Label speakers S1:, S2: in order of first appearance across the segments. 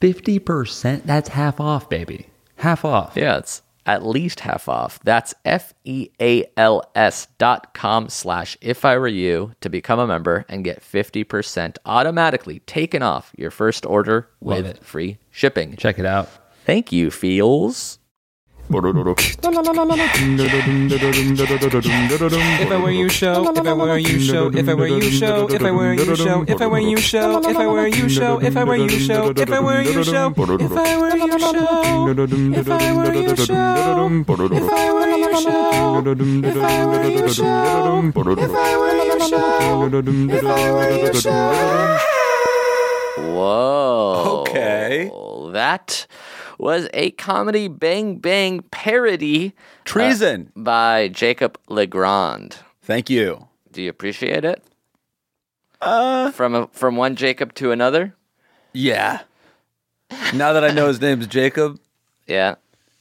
S1: 50%, that's half off, baby. Half off.
S2: Yeah, it's at least half off. That's F E A L S dot com slash if I were you to become a member and get 50% automatically taken off your first order
S1: Love
S2: with
S1: it.
S2: free shipping.
S1: Check it out.
S2: Thank you, Feels.
S3: If I were you show, if I were you show, if I were you show, if I were you show, if I were you show, if I were you show, if I were you show, if I were you show, if I were you show, if I were you show, if I were you show, if I were you show, if I were you show, if I were you show.
S2: Whoa.
S4: Okay.
S2: That was a comedy bang bang parody
S4: Treason.
S2: by Jacob Legrand.
S4: Uh, Thank you.
S2: Do you appreciate it? Uh, from a, from one Jacob to another.
S4: Yeah. Now that I know his name's Jacob,
S2: Yeah.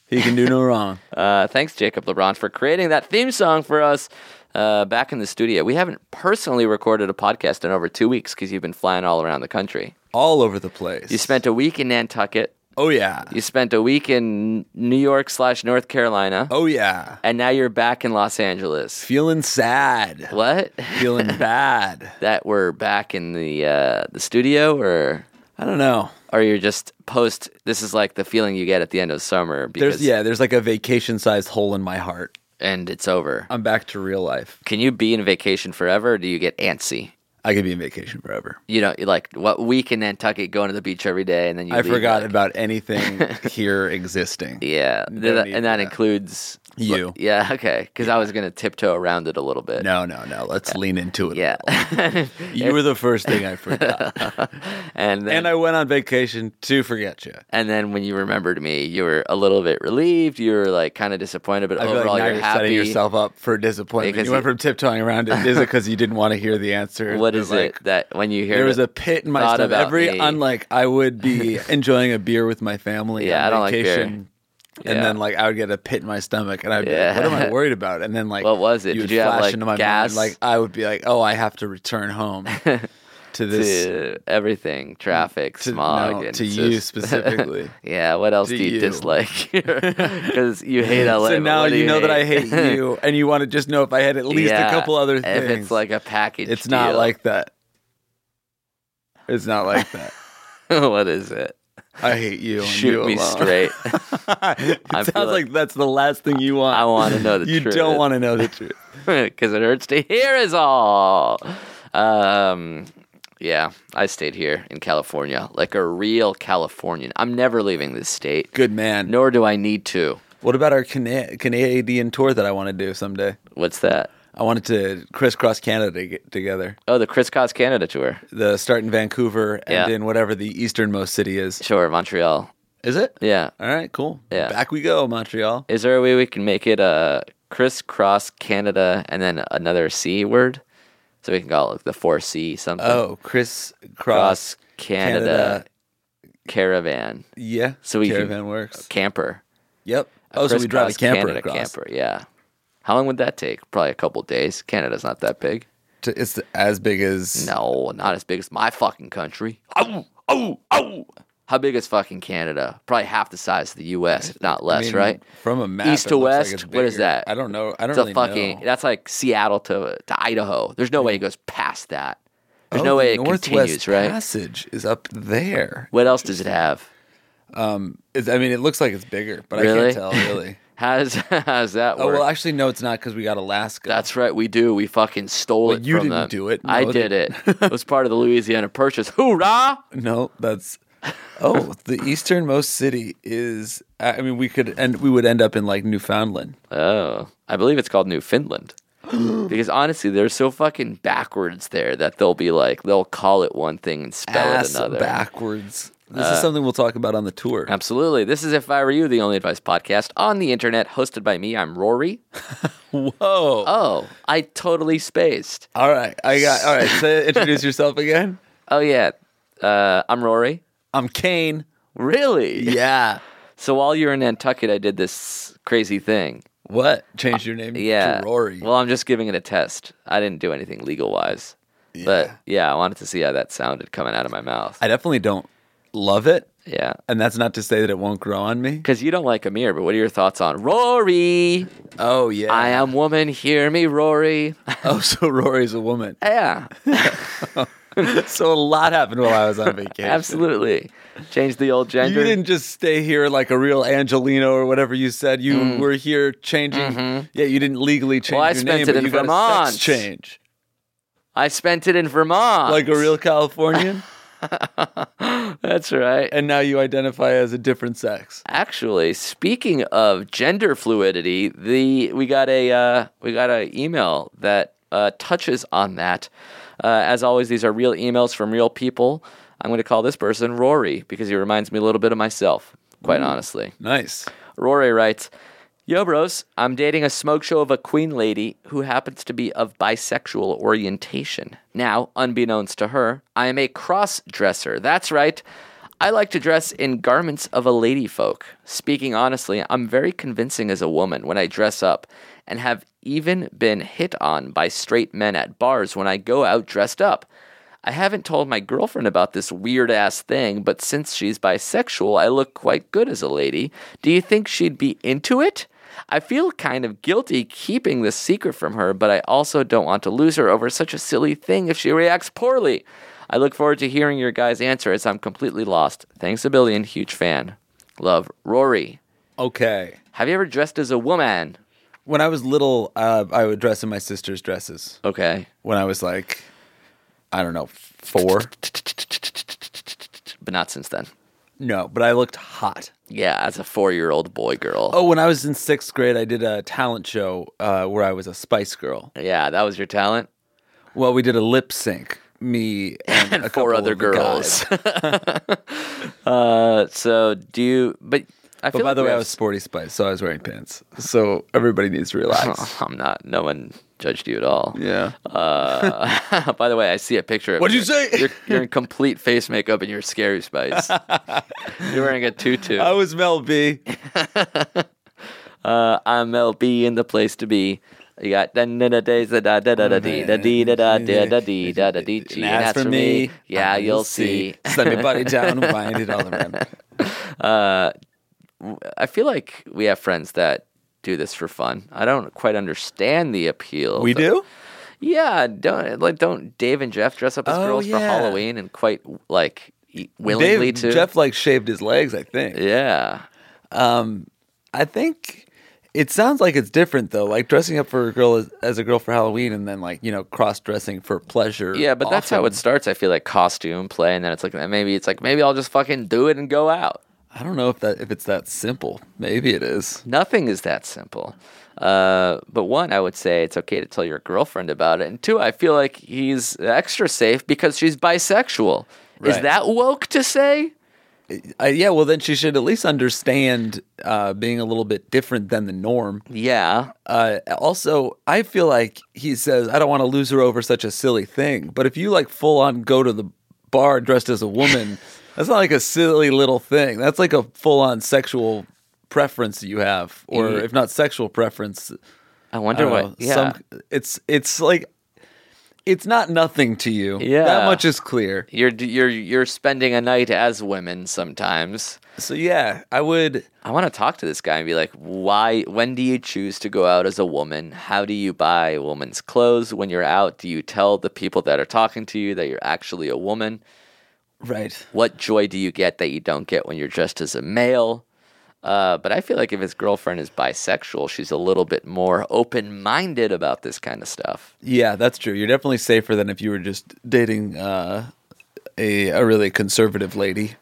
S4: he can do no wrong.
S2: Uh, thanks, Jacob LeBron, for creating that theme song for us uh, back in the studio. We haven't personally recorded a podcast in over two weeks because you've been flying all around the country.
S4: All over the place.
S2: You spent a week in Nantucket.
S4: Oh yeah.
S2: You spent a week in New York slash North Carolina,
S4: Oh yeah.
S2: and now you're back in Los Angeles.
S4: Feeling sad.
S2: What?
S4: Feeling bad.
S2: that we're back in the uh, the studio, or
S4: I don't know.
S2: or you're just post. This is like the feeling you get at the end of summer because
S4: There's yeah, there's like a vacation sized hole in my heart.
S2: and it's over.
S4: I'm back to real life.
S2: Can you be in vacation forever, or do you get antsy?
S4: I could be in vacation forever.
S2: you know, like what week in Nantucket going to the beach every day, and then you.
S4: I
S2: leave,
S4: forgot
S2: like-
S4: about anything here existing.
S2: Yeah,
S4: No
S2: Th- that-
S4: need
S2: and that
S4: for that.
S2: includes
S4: You.
S2: Yeah, okay, because I was gonna tiptoe around it a little bit.
S4: No, no, no. Let's lean into it.
S2: Yeah,
S4: You were the first thing I forgot.
S2: and then
S4: and I went on vacation to forget you.
S2: and then when you remembered me, you were a little bit relieved. You were like kind of disappointed, but
S4: I feel
S2: overall
S4: like now
S2: you're,
S4: you're
S2: happy.
S4: setting yourself up for disappointment.
S2: Because
S4: you went
S2: you-
S4: from tiptoeing around it. Is it because you didn't want to hear the answer?
S2: What
S4: It's
S2: is
S4: like,
S2: it that when you hear
S4: There was
S2: it-
S4: a pit in my
S2: thought
S4: stomach.
S2: about
S4: Every
S2: me?
S4: unlike I would be enjoying a beer with my family.
S2: Yeah,
S4: on
S2: I don't like beer.
S4: vacation, And
S2: Yeah.
S4: then like I would get a pit in my stomach, and I'd be
S2: Yeah.
S4: like, "What am I worried about?" And then like,
S2: What was it? Did
S4: You would
S2: you have,
S4: flash
S2: like,
S4: into my
S2: gas?
S4: mind, like I would be like, "Oh, I have to return home to this."
S2: to everything, traffic,
S4: to-
S2: smog,
S4: no,
S2: and
S4: to
S2: it's
S4: you
S2: just-
S4: specifically.
S2: yeah, what else
S4: To
S2: do you,
S4: you.
S2: dislike? Because you hate LA.
S4: so
S2: but
S4: now
S2: what do
S4: you know that I
S2: hate?
S4: hate you, and you want to just know if I had at least
S2: Yeah,
S4: a couple other things.
S2: If it's like a package,
S4: It's not
S2: deal.
S4: like that. It's not like that.
S2: what is it?
S4: I hate you. And
S2: Shoot
S4: you
S2: me
S4: alone.
S2: straight.
S4: it
S2: I feel
S4: sounds like,
S2: like-
S4: that's the last thing you want.
S2: I wanna know the
S4: you
S2: truth.
S4: don't want to know the truth.
S2: because it hurts to hear is all. Um, yeah, I stayed here in California like a real Californian. I'm never leaving this state,
S4: Good man.
S2: nor do I need to.
S4: What about our Cana- Canadian tour that I want to do someday?
S2: What's that?
S4: I wanted to crisscross Canada to get together.
S2: Oh, the Crisscross Canada tour.
S4: The start in Vancouver and
S2: Yeah.
S4: in whatever the easternmost city is.
S2: Sure, Montreal.
S4: Is it?
S2: Yeah.
S4: All right, cool.
S2: Yeah.
S4: Back we go, Montreal.
S2: Is there a way we can make it a crisscross Canada and then another C word? So we can call it like the 4C something.
S4: Oh, Chris
S2: Cross
S4: Cross
S2: Canada, caravan
S4: Yeah.
S2: So we can-
S4: caravan works.
S2: camper.
S4: Yep. Oh, so we drive a
S2: Crisscross
S4: camper
S2: Canada
S4: across.
S2: camper. Yeah. How long would that take? Probably a couple days. Canada's not that big.
S4: To- It's as big as
S2: No,
S4: Oh,
S2: not as big as my fucking country. How big is fucking Canada? Probably half the size of the U.S., if not
S4: I
S2: less,
S4: mean,
S2: right?
S4: From a map,
S2: East
S4: it
S2: to
S4: looks like
S2: west,
S4: it's
S2: what is
S4: bigger.
S2: that?
S4: I don't know. I don't
S2: It's a
S4: really
S2: fucking.
S4: know. Mm.
S2: That's like Seattle to to Idaho. There's no way it goes past that. There's
S4: Oh,
S2: no
S4: the
S2: way it
S4: Northwest
S2: continues, right?
S4: Passage is up there.
S2: What else does it have?
S4: It's, I mean, it looks like it's bigger, but
S2: Really?
S4: I can't tell really.
S2: How's how's that
S4: oh
S2: work?
S4: well, actually, no, it's not because we got Alaska.
S2: That's right, we do. We fucking stole
S4: Well,
S2: it.
S4: you
S2: from
S4: didn't
S2: them.
S4: do it.
S2: I
S4: No,
S2: did
S4: they-
S2: it. it was part of the Louisiana Purchase. Hoorah!
S4: no, that's. Oh, the easternmost city is. I mean, we could and we would end up in like Newfoundland.
S2: Oh, I believe it's called New Finland. because honestly, they're so fucking backwards there that they'll be like they'll call it one thing and spell
S4: Ass
S2: it another. Uh,
S4: backwards. This is something we'll talk about on the tour.
S2: Absolutely. This is If I Were You, the only advice podcast on the internet, hosted by me. I'm Rory.
S4: Whoa!
S2: Oh, I totally spaced.
S4: All right, I got. All right, so introduce yourself again.
S2: Oh yeah, uh, I'm Rory.
S4: I'm Kane.
S2: Really?
S4: Yeah.
S2: So while you were in Nantucket, I did this crazy thing.
S4: What? Change your name
S2: Yeah.
S4: to Rory.
S2: Well, I'm just giving it a test. I didn't do anything legal wise. But yeah, I wanted to see how that sounded coming out of my mouth.
S4: I definitely don't love it,
S2: yeah.
S4: and that's not to say that it won't grow on me.
S2: Because you don't like Amir, but what are your thoughts on Rory?
S4: Oh yeah.
S2: I am woman, hear me, Rory.
S4: Oh, so Rory's a woman.
S2: yeah,
S4: So a lot happened while I was on vacation.
S2: absolutely. Change the old
S4: You
S2: gender.
S4: didn't just stay here like a real Angelino or whatever you said. You were here changing. Yeah, you didn't legally change
S2: Mm. Mm-hmm. Well, I
S4: your
S2: spent
S4: name,
S2: it
S4: but
S2: in
S4: you got a
S2: Vermont.
S4: sex change.
S2: I spent it in Vermont.
S4: Like a real Californian,
S2: That's right.
S4: and now you identify as a different sex.
S2: Actually, speaking of gender fluidity, the we got a uh, we got an email that uh, touches on that. Uh, as always, these are real emails from real people. I'm going to call this person Rory because he reminds me a little bit of myself, quite honestly.
S4: Nice.
S2: Rory writes, Yo, bros, I'm dating a smoke show of a queen lady who happens to be of bisexual orientation. Now, unbeknownst to her, I am a cross dresser. That's right. I like to dress in garments of a lady folk. Speaking honestly, I'm very convincing as a woman when I dress up and have even been hit on by straight men at bars when I go out dressed up. I haven't told my girlfriend about this weird ass thing, but since she's bisexual, I look quite good as a lady. Do you think she'd be into it? I feel kind of guilty keeping this secret from her, but I also don't want to lose her over such a silly thing if she reacts poorly. I look forward to hearing your guys' answer as I'm completely lost. Thanks a billion, huge fan. Love, Rory.
S4: Okay.
S2: Have you ever dressed as a woman?
S4: When I was little, uh, I would dress in my sister's dresses.
S2: Okay.
S4: When I was like, I don't know, four.
S2: But not since then.
S4: No, but I looked hot.
S2: Yeah, as a four year old boy girl.
S4: Oh, when I was in sixth grade, I did a talent show uh, where I was a Spice Girl.
S2: Yeah, that was your talent.
S4: Well, we did a lip sync. Me and, a
S2: four
S4: couple
S2: other
S4: of the
S2: girls.
S4: guys.
S2: uh, so do you? But I feel.
S4: But by
S2: like
S4: the
S2: we
S4: way, I
S2: have-
S4: was sporty Spice, so I was wearing pants. So everybody needs to relax.
S2: Oh, I'm not. No one judged you at all.
S4: yeah.
S2: Uh, by the way, I see a picture. of
S4: What'd you
S2: you.
S4: say?
S2: You're, you're in complete face makeup and you're scary spice. you're wearing a tutu.
S4: I was Mel B.
S2: Uh, I'm LB in the place to be. You got da da da days da da da da da dee da dee da da da da dee da da dee gee,
S4: And as for me,
S2: Yeah,
S4: I
S2: you'll
S4: will
S2: see.
S4: Set my body down, wind it all around.
S2: I feel like we have friends that do this for fun. I don't quite understand the appeal.
S4: We
S2: but-
S4: do?
S2: Yeah, don't like don't Dave and Jeff dress up as
S4: Oh,
S2: girls for
S4: yeah.
S2: Halloween and quite like e- willingly
S4: Dave,
S2: to
S4: Jeff like shaved his legs, I think.
S2: yeah.
S4: I think it sounds like it's different though. Like dressing up for a girl as, as a girl for Halloween, and then like you know cross dressing for pleasure.
S2: Yeah, but that's how
S4: often.
S2: it starts. I feel like costume play, and then it's like maybe it's like maybe I'll just fucking do it and go out.
S4: I don't know if that if it's that simple. Maybe it is.
S2: Nothing is that simple. Uh, but one, I would say it's okay to tell your girlfriend about it, and two, I feel like he's extra safe because she's bisexual. Is
S4: Right.
S2: that woke to say?
S4: I, yeah. Well, then she should at least understand uh, being a little bit different than the norm.
S2: Yeah,
S4: Uh, also, I feel like he says I don't want to lose her over such a silly thing. But if you like full on go to the bar dressed as a woman, that's not like a silly little thing. That's like a full on sexual preference you have, or
S2: Yeah.
S4: if not sexual preference,
S2: I wonder
S4: I don't
S2: what.
S4: know,
S2: yeah,
S4: some- it's it's like it's not nothing to you.
S2: Yeah.
S4: that much is clear.
S2: You're you're you're spending a night as women sometimes.
S4: So yeah, I would.
S2: I want to talk to this guy and be like, why? When do you choose to go out as a woman? How do you buy a woman's clothes? When you're out, do you tell the people that are talking to you that you're actually a woman?
S4: Right.
S2: What joy do you get that you don't get when you're dressed as a male? Uh, but I feel like if his girlfriend is bisexual, she's a little bit more open minded about this kind of stuff.
S4: Yeah, that's true. You're definitely safer than if you were just dating uh, a a really conservative lady.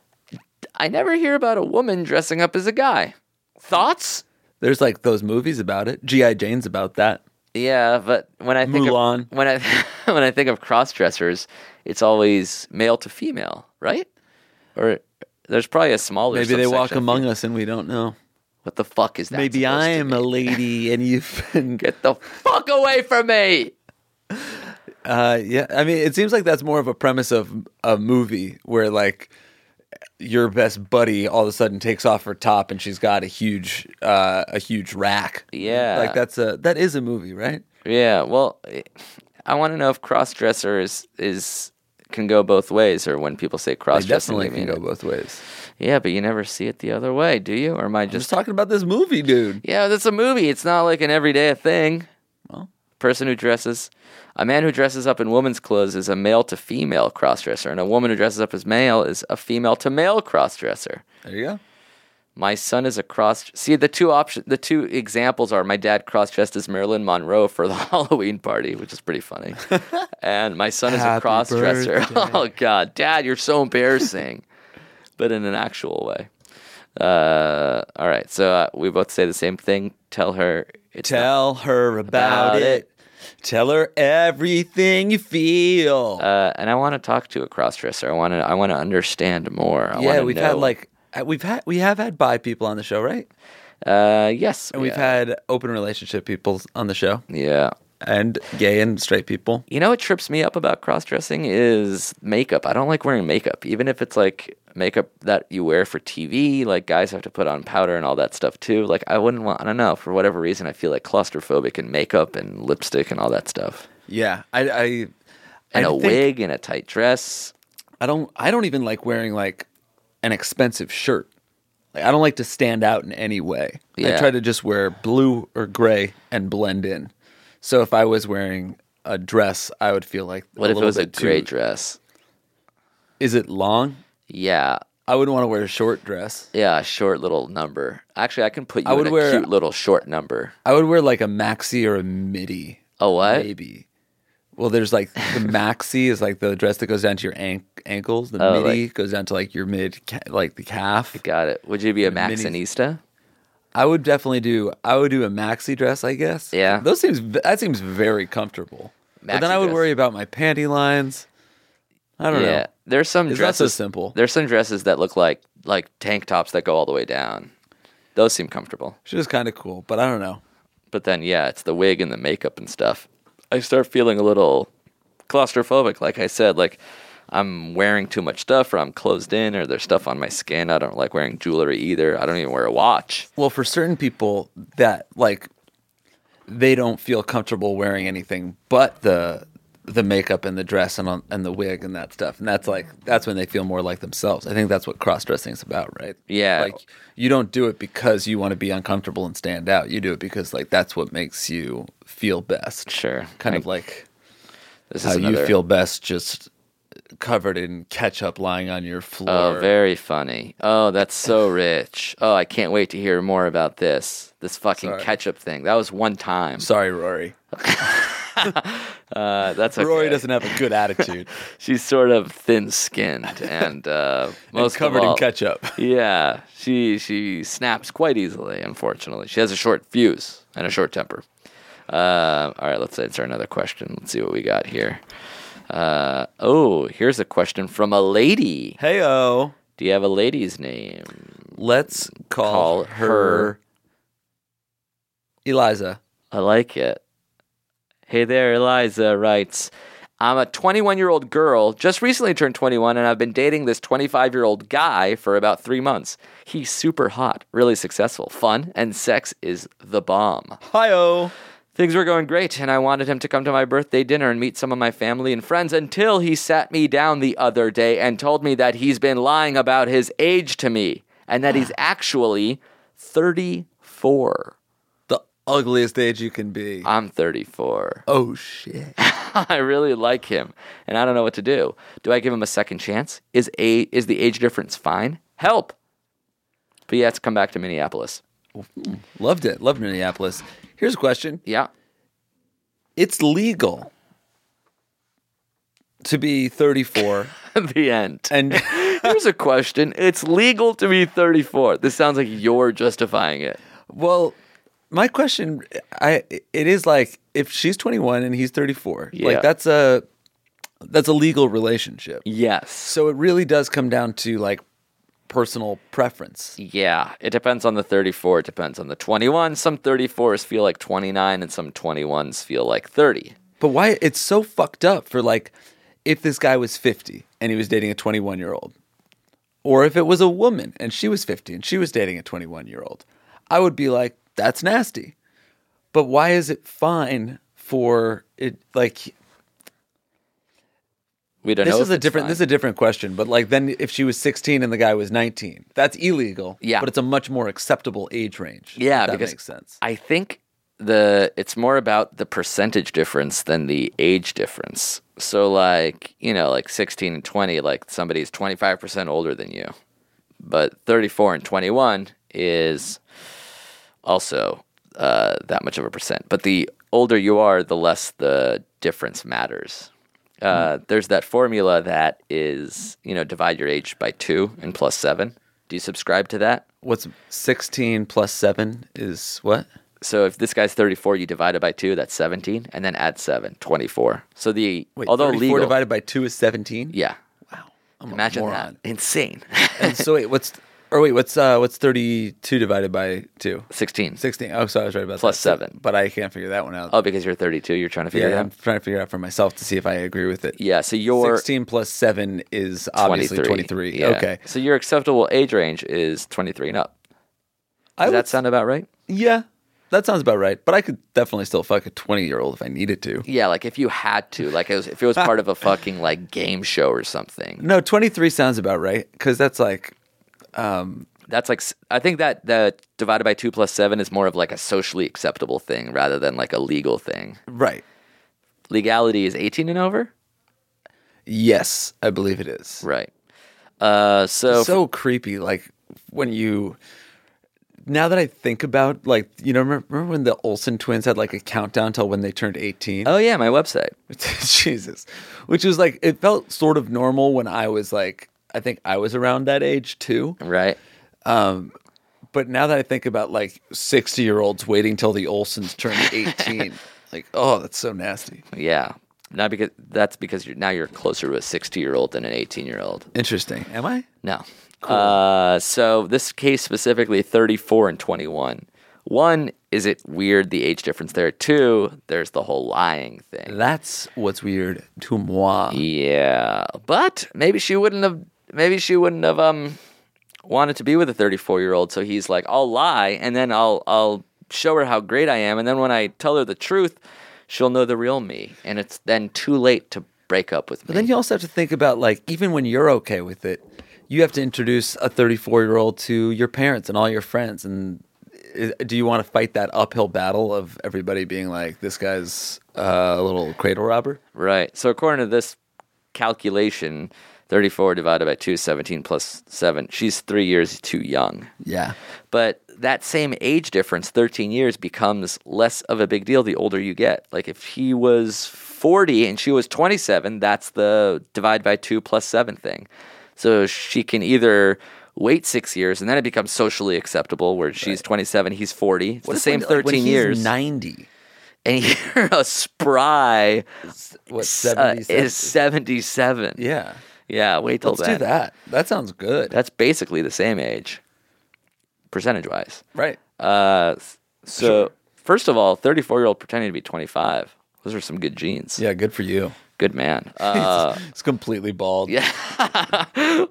S2: I never hear about a woman dressing up as a guy. Thoughts?
S4: There's like those movies about it. GI Jane's about that.
S2: Yeah, but when I think
S4: Mulan.
S2: of when I when I think of cross dressers, it's always male to female, right? Or there's probably a smaller.
S4: Maybe they walk
S2: subsection.
S4: among us and we don't know.
S2: What the fuck is that?
S4: Maybe
S2: supposed to
S4: I'm
S2: mean?
S4: a lady and you've been.
S2: Get the fuck away from me!
S4: Uh, yeah, I mean, it seems like that's more of a premise of a movie where like your best buddy all of a sudden takes off her top and she's got a huge uh, a huge rack.
S2: Yeah.
S4: like that's a that is a movie, right?
S2: Yeah. Well, I want to know if cross dresser is is can go both ways, or when people say
S4: I
S2: cross dressing,
S4: definitely can go both ways.
S2: Yeah, but you never see it the other way, do you? Or am I
S4: Just talking about this movie, dude.
S2: Yeah, that's a movie. It's not like an everyday thing.
S4: Well.
S2: person who dresses, a man who dresses up in woman's clothes is a male to female crossdresser, and a woman who dresses up as male is a female to male crossdresser.
S4: There you go.
S2: My son is a cross. See, the two option, the two examples are my dad cross-dressed as Marilyn Monroe for the Halloween party, which is pretty funny, and my son is a
S4: Happy
S2: cross-dresser. Oh God, Dad, you're so embarrassing, but in an actual way. Uh, all right, so uh, we both say the same thing. Tell her it's not-
S4: Tell her about,
S2: About
S4: it.
S2: it.
S4: Tell her everything you feel.
S2: uh, and I want to talk to a crossdresser. I want to. I want to understand more. I
S4: yeah,
S2: wanna
S4: we've
S2: know.
S4: had like uh, we've had we have had bi people on the show, right?
S2: Uh, yes,
S4: And we've had open relationship people on the show,
S2: Yeah.
S4: and gay and straight people.
S2: You know what trips me up about cross dressing is makeup. I don't like wearing makeup, even if it's like makeup that you wear for TV. Like guys have to put on powder and all that stuff too. Like I wouldn't want. I don't know. For whatever reason, I feel like claustrophobic in makeup and lipstick and all that stuff.
S4: Yeah, I, I
S2: And
S4: I
S2: a
S4: think-
S2: wig and a tight dress.
S4: I don't. I don't even like wearing like an expensive shirt. Like, I don't like to stand out in any way. I
S2: Yeah.
S4: try to just wear blue or gray and blend in. So if I was wearing a dress, I would feel like
S2: What if
S4: a
S2: it
S4: little
S2: was a
S4: bit too-
S2: gray dress?
S4: Is it long?
S2: Yeah.
S4: I wouldn't want to wear a short dress.
S2: Yeah, a short little number. Actually, I can put you
S4: I would
S2: in a
S4: wear-
S2: cute little short number.
S4: I would wear like a maxi or a midi.
S2: A what?
S4: Maybe. Well, there's like the maxi is like the dress that goes down to your ank- ankles. The
S2: Oh,
S4: midi goes down to like your mid, ca- like the calf.
S2: Got it. Would you be a
S4: Minis.
S2: Maxinista?
S4: I would definitely do. I would do a maxi dress, I guess.
S2: Yeah.
S4: those seems that seems very comfortable. but then
S2: Maxi
S4: I would
S2: dress.
S4: worry about my panty lines. I don't know.
S2: There's some
S4: It's not
S2: dresses.
S4: so simple.
S2: There's some dresses that look like like tank tops that go all the way down. Those seem comfortable.
S4: She was kind of cool, but I don't know.
S2: But then yeah, it's the wig and the makeup and stuff. I start feeling a little claustrophobic, like I said, like I'm wearing too much stuff or I'm closed in or there's stuff on my skin. I don't like wearing jewelry either. I don't even wear a watch.
S4: Well, for certain people that like they don't feel comfortable wearing anything but the the makeup and the dress and on, and the wig and that stuff. And that's like that's when they feel more like themselves. I think that's what cross-dressing is about, right?
S2: Yeah.
S4: Like you don't do it because you want to be uncomfortable and stand out. You do it because like that's what makes you feel best.
S2: Sure.
S4: Kind
S2: I-
S4: of like
S2: This
S4: how
S2: is another,
S4: you feel best just covered in ketchup lying on your floor.
S2: Oh, very funny. Oh, that's so rich. Oh, I can't wait to hear more about this. This fucking
S4: Sorry.
S2: ketchup thing. That was one time.
S4: Sorry, Rory.
S2: Uh, that's okay.
S4: Rory doesn't have a good attitude.
S2: She's sort of thin-skinned and uh, most
S4: Most
S2: of
S4: covered in
S2: all-
S4: ketchup.
S2: Yeah, she she snaps quite easily. Unfortunately, she has a short fuse and a short temper. Uh, all right, let's answer another question. Let's see what we got here. Uh, oh, here's a question from a lady.
S4: Heyo.
S2: Do you have a lady's name?
S4: Let's call,
S2: Call
S4: her
S2: her-
S4: Eliza.
S2: I like it. Hey there, Eliza writes I'm a 21 year old girl, just recently turned 21, and I've been dating this 25 year old guy for about three months. He's super hot, really successful, fun, and sex is the bomb.
S4: Hiyo.
S2: Things were going great, and I wanted him to come to my birthday dinner and meet some of my family and friends until he sat me down the other day and told me that he's been lying about his age to me and that he's actually 34.
S4: The ugliest age you can be.
S2: I'm 34.
S4: Oh shit.
S2: I really like him, and I don't know what to do. Do I give him a second chance? Is a is the age difference fine? Help! But he has to come back to Minneapolis.
S4: Loved it. Loved Minneapolis. Here's a question.
S2: Yeah,
S4: It's legal to be 34
S2: the end.
S4: and
S2: Here's a question: It's legal to be 34. This sounds like you're justifying it.
S4: well, my question I it is like if she's 21 and he's 34,
S2: Yeah.
S4: like that's a that's a legal relationship.
S2: Yes.
S4: So it really does come down to like personal preference.
S2: Yeah, it depends on the 34. It depends on the 21. Some 34s feel like 29, and some 21s feel like 30.
S4: But why it's so fucked up for like if this guy was 50 and he was dating a 21 year old, or if it was a woman and she was 50 and she was dating a 21 year old, I would be like, that's nasty. But why is it fine for it? Like,
S2: We don't know.
S4: this
S2: if
S4: is a
S2: it's
S4: different
S2: fine.
S4: this is a different question but like then if she was 16 and the guy was 19 that's illegal
S2: Yeah.
S4: but it's a much more acceptable age range if
S2: Yeah,
S4: that
S2: because
S4: makes sense
S2: I think the it's more about the percentage difference than the age difference. So like, you know, like 16 and 20, like somebody's 25% older than you. But 34 and 21 is also uh, that much of a percent. But the older you are, the less the difference matters. Uh, There's that formula that is, you know, divide your age by two and plus seven. Do you subscribe to that?
S4: what's 16 plus 7 is what
S2: So if this guy's 34, you divide it by 2, that's 17, and then add 7, 24. So the
S4: wait
S2: although
S4: 34
S2: legal
S4: divided by 2 is 17
S2: Yeah.
S4: wow I'm a
S2: Imagine
S4: moron.
S2: that. Insane.
S4: and so wait what's or wait what's uh what's 32 divided by 2
S2: 16.
S4: 16 oh sorry i was right about
S2: Plus
S4: that.
S2: seven.
S4: but i can't figure that one out
S2: Oh, because you're 32, you're trying to figure
S4: yeah
S2: it
S4: i'm
S2: out.
S4: trying to figure out for myself to see if i agree with it
S2: Yeah, so your
S4: 16 plus 7 is obviously 23,
S2: Yeah.
S4: okay
S2: So your acceptable age range is 23 and up.
S4: I
S2: Does
S4: would
S2: that sound about right?
S4: Yeah, that sounds about right. But I could definitely still fuck a twenty-year-old if I needed to.
S2: Yeah, like if you had to, like it was, if it was part of a fucking like game show or something.
S4: No, twenty-three sounds about right because that's like
S2: That's like s- I think that the divided by 2 plus 7 is more of like a socially acceptable thing rather than like a legal thing.
S4: right.
S2: Legality is 18 and over?
S4: Yes, I believe it is.
S2: Right. Uh, so,
S4: So creepy, like when you. Now that I think about, like you know, remember, remember when the Olsen twins had like a countdown till when they turned eighteen?
S2: oh yeah, my website.
S4: Jesus, which was like it felt sort of normal when I was like, I think I was around that age too.
S2: Right.
S4: But now that I think about like 60 year olds waiting till the Olsons turn 18, like, oh, that's so nasty.
S2: Yeah. Not because that's because you're now you're closer to a 60 year old than an 18 year old.
S4: Interesting. Am I?
S2: No. Uh, so this case specifically, 34 and 21. One is it weird the age difference there. Two, there's the whole lying thing.
S4: That's what's weird to moi.
S2: Yeah, but maybe she wouldn't have. Maybe she wouldn't have um wanted to be with a 34 year old. So he's like, I'll lie, and then I'll I'll show her how great I am, and then when I tell her the truth, she'll know the real me, and it's then too late to break up with me.
S4: But then you also have to think about like, even when you're okay with it, you have to introduce a 34 year old to your parents and all your friends. And i- do you want to fight that uphill battle of everybody being like, this guy's uh, a little cradle robber?
S2: Right. So according to this calculation, 34 divided by 2 is 17 plus 7. She's 3 years too young.
S4: Yeah.
S2: But that same age difference, 13 years, becomes less of a big deal the older you get. Like if he was 40 and she was 27, that's the divide by 2 plus 7 thing. So she can either wait 6 years and then it becomes socially acceptable where she's 27, he's 40. It's the same 13 years.
S4: 90.
S2: and you're a spry
S4: What,
S2: uh,
S4: 77?
S2: is 77.
S4: yeah.
S2: Yeah, wait till
S4: Let's
S2: then.
S4: do that. That sounds good.
S2: That's basically the same age, percentage wise.
S4: right.
S2: Uh, s- so first of all, thirty-four year old pretending to be twenty-five. Those are some good genes.
S4: Yeah, good for you.
S2: good man. Uh,
S4: It's completely bald.
S2: yeah,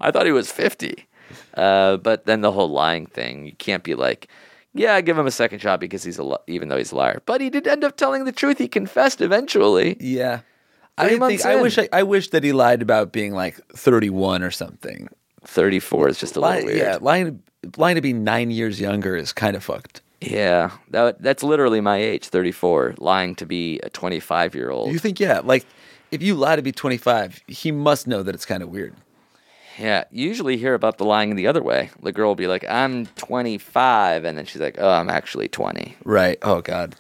S2: I thought he was fifty. Uh, but then the whole lying thing. You can't be like, yeah, give him a second shot because he's a li- even though he's a liar. But he did end up telling the truth. He confessed eventually.
S4: Yeah.
S2: Three
S4: I think
S2: months
S4: I
S2: in.
S4: wish I, I wish that he lied about being like 31 or something.
S2: Thirty four is just a
S4: Lie,
S2: little weird.
S4: Yeah, lying lying to be 9 years younger is kind of fucked.
S2: Yeah, that that's literally my age, 34, lying to be a 25 year old.
S4: You think yeah, like if you lie to be 25, he must know that it's kind of weird.
S2: yeah, you usually hear about the lying the other way. The girl will be like, "I'm 25," and then she's like, "Oh, I'm actually 20."
S4: Right. Oh god.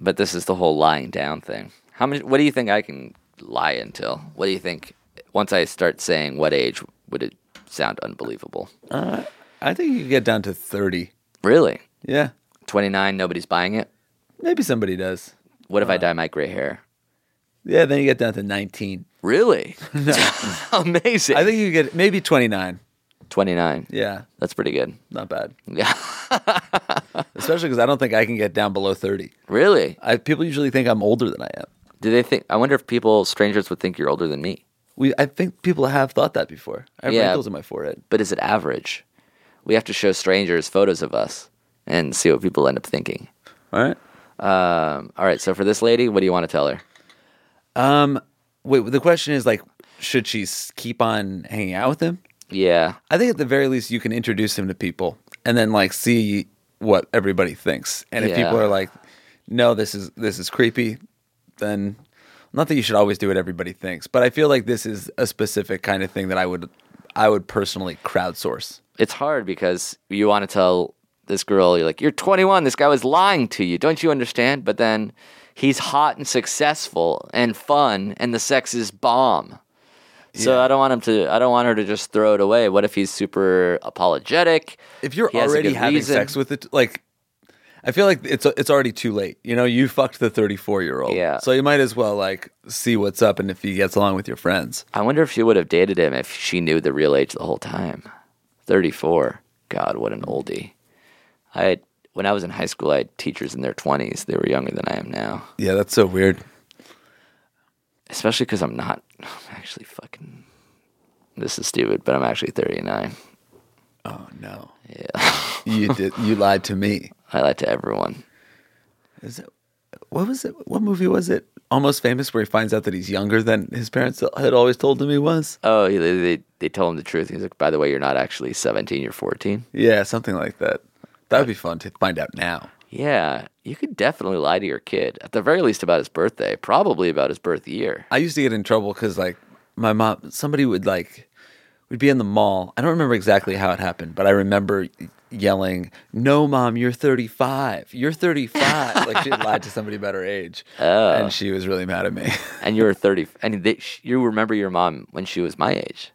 S2: But this is the whole lying down thing. How much? What do you think I can lie until? What do you think? Once I start saying what age would it sound unbelievable?
S4: I think you could get down to 30.
S2: Really,
S4: Yeah.
S2: 29? Nobody's buying it.
S4: Maybe somebody does.
S2: What
S4: Uh.
S2: if I dye my gray hair?
S4: Yeah, then you get down to 19.
S2: Really? Amazing.
S4: I think you get maybe 29.
S2: 29.
S4: Yeah,
S2: That's pretty good.
S4: not bad.
S2: Yeah.
S4: Especially because I don't think I can get down below 30.
S2: really?
S4: I, people usually think I'm older than I am.
S2: Do they think? I wonder if people, strangers, would think you're older than me.
S4: We, I think people have thought that before. I have
S2: Yeah.
S4: wrinkles in my forehead.
S2: But is it average? We have to show strangers photos of us and see what people end up thinking.
S4: All right.
S2: Um, all right. So for this lady, what do you want to tell her?
S4: Wait, the question is like, should she s- keep on hanging out with him?
S2: Yeah.
S4: I think at the very least you can introduce him to people and then like see what everybody thinks. And if
S2: Yeah.
S4: people are like, "No, this is this is creepy," then not that you should always do what everybody thinks, but I feel like this is a specific kind of thing that I would I would personally crowdsource.
S2: It's hard because you want to tell this girl, you're like, you're 21. This guy was lying to you. Don't you understand? But then he's hot and successful and fun, and the sex is bomb. So I don't want him to. I don't want her to just throw it away. What if he's super apologetic?
S4: If you're
S2: He has a
S4: already
S2: good
S4: having
S2: reason.
S4: sex with it, like I feel like it's it's already too late. You know, you fucked the 34 year old.
S2: Yeah.
S4: So you might as well like see what's up and if he gets along with your friends.
S2: I wonder if she would have dated him if she knew the real age the whole time. 34. God, what an oldie. I had, when I was in high school, I had teachers in their 20s. They were younger than I am now.
S4: Yeah, that's so weird.
S2: Especially because I'm not I'm actually fucking. This is stupid, but I'm actually 39.
S4: Oh no. Yeah. you did you lied to me.
S2: I lie to everyone.
S4: Is it what was it? What movie was it? Almost famous, where he finds out that he's younger than his parents had always told him he was.
S2: Oh, they, they, they tell him the truth. He's like, by the way, you're not actually 17, you're 14.
S4: Yeah, something like that. That would be fun to find out now.
S2: Yeah, you could definitely lie to your kid, at the very least about his birthday, probably about his birth year.
S4: I used to get in trouble because like my mom, somebody would like, we'd be in the mall. I don't remember exactly how it happened, but I remember yelling, "No, mom, you're 35. You're 35." like she had lied to somebody about her age, and she was really mad at me.
S2: And you were 30. And they, you remember your mom when she was my age.